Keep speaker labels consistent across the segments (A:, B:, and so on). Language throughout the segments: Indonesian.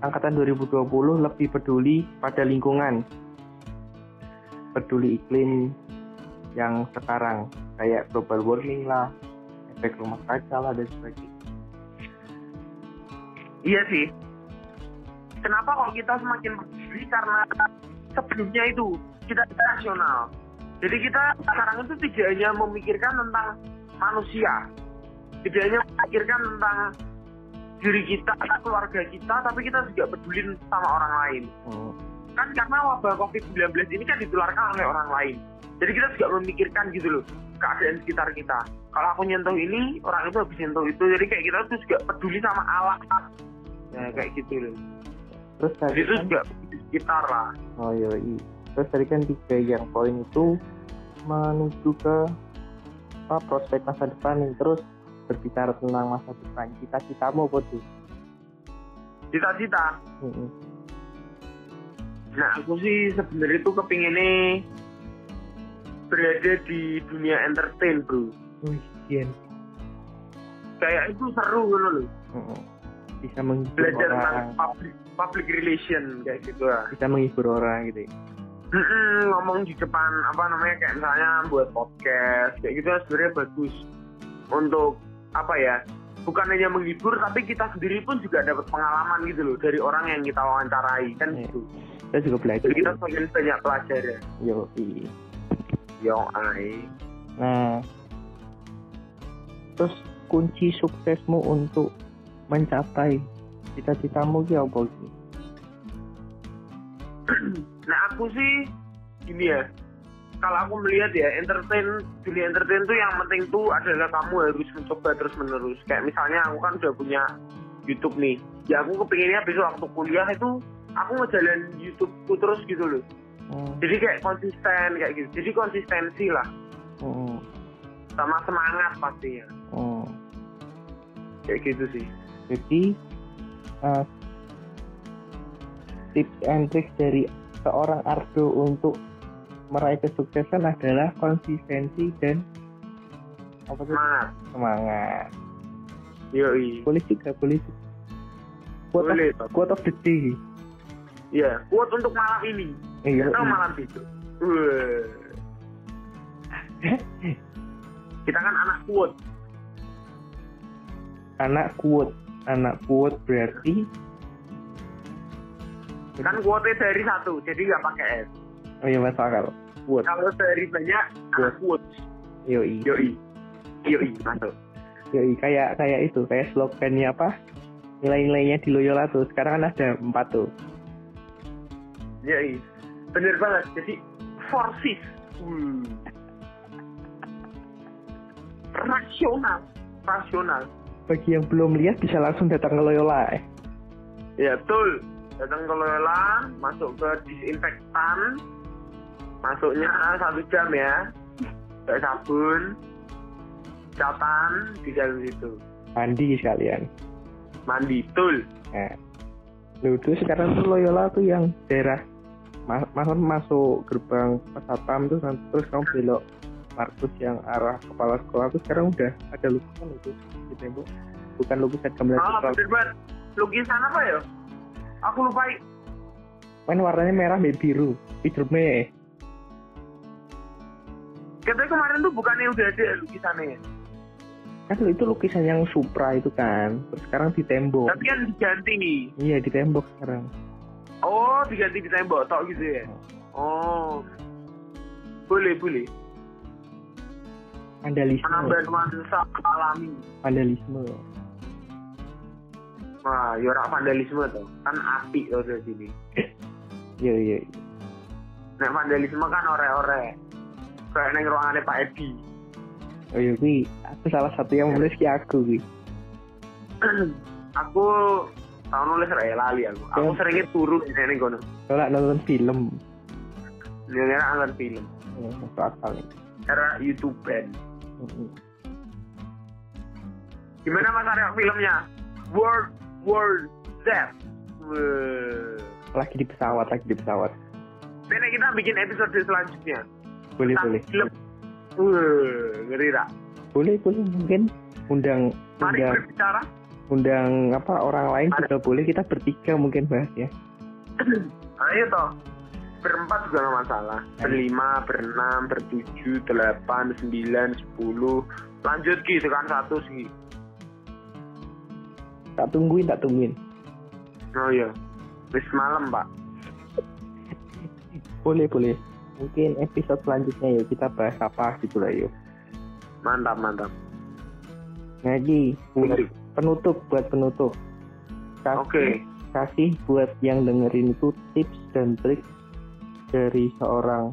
A: Angkatan 2020 lebih peduli pada lingkungan. Peduli iklim yang sekarang kayak global warming lah, efek rumah kaca lah dan sebagainya.
B: Iya sih. Kenapa kok kita semakin peduli karena sebelumnya itu kita itu rasional. Jadi kita sekarang itu tidak hanya memikirkan tentang manusia, tidak hanya memikirkan tentang diri kita, keluarga kita, tapi kita juga peduli sama orang lain.
A: Hmm.
B: Kan karena wabah COVID-19 ini kan ditularkan oleh orang lain. Jadi kita juga memikirkan gitu loh, keadaan sekitar kita. Kalau aku nyentuh ini, orang itu habis nyentuh itu. Jadi kayak kita tuh juga peduli sama alam. Ya, kayak gitu loh.
A: Terus
B: Jadi
A: tadi
B: itu
A: kan,
B: juga peduli sekitar lah.
A: oh yoi. Terus tadi kan tiga yang poin itu menuju ke apa, prospek masa depan nih. Terus berbicara tentang masa depan cita-citamu apa tuh?
B: Cita-cita.
A: Hmm.
B: Nah, aku sih sebenarnya tuh kepinginnya berada di dunia entertain, bro. Kayak itu seru gitu loh.
A: Mm-mm. Oh, Bisa menghibur
B: Belajar tentang
A: orang,
B: public, public relation kayak gitu lah.
A: bisa menghibur orang gitu. ya.
B: Mm-mm, ngomong di depan apa namanya kayak misalnya buat podcast kayak gitu kan sebenarnya bagus untuk apa ya bukan hanya menghibur tapi kita sendiri pun juga dapat pengalaman gitu loh dari orang yang kita wawancarai kan
A: Iya.
B: gitu
A: Saya juga belajar. gitu.
B: jadi kita semakin banyak pelajaran
A: Yoi.
B: yo ai
A: Nah, terus kunci suksesmu untuk mencapai cita-citamu ya apa gitu?
B: Nah aku sih gini ya, kalau aku melihat ya entertain dunia entertain tuh yang penting tuh adalah kamu harus mencoba terus menerus. Kayak misalnya aku kan udah punya YouTube nih, ya aku kepinginnya besok waktu kuliah itu aku ngejalan YouTubeku terus gitu loh.
A: Hmm,
B: Jadi kayak konsisten kayak gitu. Jadi konsistensi lah
A: hmm,
B: sama semangat pastinya.
A: hmm.
B: Kayak gitu sih.
A: Jadi eh, tips and trick dari seorang Ardo untuk meraih kesuksesan adalah konsistensi dan apa tuh?
B: Semangat.
A: semangat.
B: Yoi.
A: Boleh juga, boleh juga. Quote of-
B: Boleh.
A: quote of the day.
B: Iya. Kuat untuk malam ini.
A: Iya.
B: Atau malam itu. Wah. Kita kan anak kuat.
A: anak kuat anak kuat berarti
B: kan kuotnya dari satu jadi nggak pakai S
A: oh iya masuk akal kuat
B: kalau dari banyak
A: Kuot.
B: kuot kuot
A: yoi
B: yoi yoi masuk
A: yoi kayak kayak itu kayak slogannya apa nilai-nilainya di Loyola tuh sekarang kan ada empat tuh
B: yoi bener banget jadi forces hmm. rasional rasional
A: bagi yang belum lihat bisa langsung datang ke Loyola eh.
B: ya betul datang ke Loyola masuk ke disinfektan masuknya satu jam ya pakai sabun catan di dalam situ
A: mandi sekalian
B: mandi betul
A: nah. Loh, tuh sekarang tuh Loyola tuh yang daerah mas mas- masuk gerbang pesapam terus nanti terus kamu belok Markus yang arah kepala sekolah tuh sekarang udah ada lukisan itu di tembok bukan lukisan gambar
B: Ah,
A: sekolah.
B: bener banget. Lukisan apa ya? Aku lupa.
A: Main warnanya merah dan biru. eh. Spiderman.
B: Katanya kemarin tuh bukannya udah ada lukisannya.
A: Kan itu lukisan yang Supra itu kan. Terus sekarang di tembok.
B: Tapi kan diganti nih.
A: Iya di tembok sekarang.
B: Oh, diganti di tembok tok gitu ya. Oh. Boleh, boleh.
A: Vandalisme.
B: Penambahan nuansa alami.
A: Vandalisme.
B: Wah, yorak vandalisme tuh. Kan api tuh dari sini.
A: Iya iya.
B: Nah, vandalisme kan ore-ore. Kayak neng ruangannya Pak Edi.
A: Oh iya gue. Aku salah satu yang menulis ki aku gue.
B: aku tahun nulis raya lali aku. Aku
A: Ya.
B: seringnya turun di neng kono.
A: Soalnya nonton film.
B: Neng angkat film.
A: Ya, Masuk akal nih.
B: Era YouTube band.
A: Mm-mm.
B: Gimana mas Arya filmnya? World World Death. Wah.
A: Lagi di pesawat, lagi di pesawat.
B: Nenek kita bikin episode selanjutnya.
A: Boleh
B: Tentang
A: boleh.
B: Film Wih, ngeri tak?
A: boleh boleh mungkin undang
B: Mari
A: undang
B: berbicara.
A: undang apa orang lain
B: Ada.
A: juga boleh kita bertiga mungkin bahas ya
B: Ayo toh. Berempat juga nggak masalah. Berlima, berenam, bertujuh, delapan, sembilan, sepuluh. Lanjut Ki, tekan satu sih.
A: tak tungguin tak tungguin
B: Oh iya. Bis malam, Pak.
A: boleh boleh mungkin episode selanjutnya ya kita bahas apa gitu lah yuk
B: Mantap, mantap.
A: ngaji buat
B: Oke.
A: penutup buat penutup kasih kasih buat yang dengerin itu tips dan trik dari seorang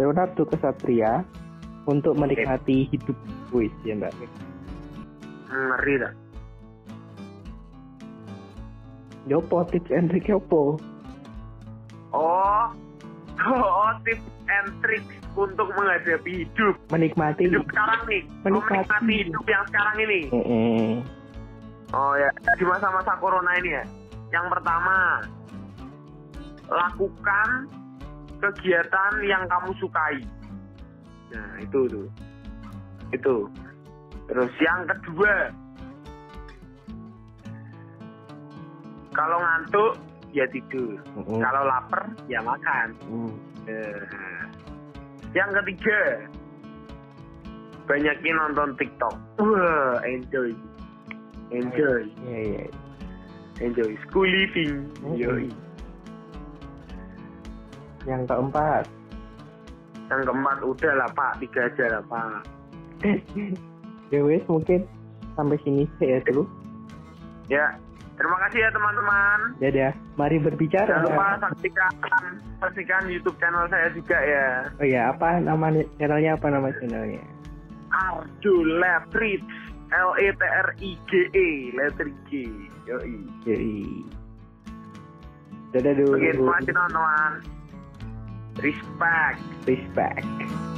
A: Leonardo Kesatria untuk menikmati hidup Wih, ya mbak
B: Ngeri tak?
A: Yopo tips and trik yopo
B: Oh. Oh, tips and trik untuk menghadapi hidup.
A: menikmati
B: Hidup sekarang nih. Oh,
A: Menikmati.
B: Menikmati hidup yang sekarang ini.
A: Mm-mm.
B: Oh ya, di masa-masa corona ini ya. Yang pertama, lakukan kegiatan yang kamu sukai. Nah, itu tuh. Itu. Terus yang kedua, kalau ngantuk ya tidur,
A: Mm-mm.
B: kalau lapar ya makan.
A: Mm.
B: Nah. Yang ketiga, banyakin nonton TikTok. Wah, enjoy. Enjoy.
A: Iya, iya.
B: Enjoy school living.
A: Mm-mm.
B: Yoi.
A: yang keempat
B: Yang keempat udah lah Pak, tiga aja lah Pak.
A: ya wes mungkin sampai sini sih ya dulu
B: Ya, terima kasih ya teman-teman.
A: dadah mari berbicara
B: Jangan
A: Mbak.
B: lupa saksikan saksikan YouTube channel saya juga ya.
A: oh ya apa nama channelnya apa nama channelnya
B: Ardu Letrit L E T R I G E Letrit G. Yoi.
A: jadi dadah dulu
B: Oke, terima kasih teman-teman. Respect.
A: respect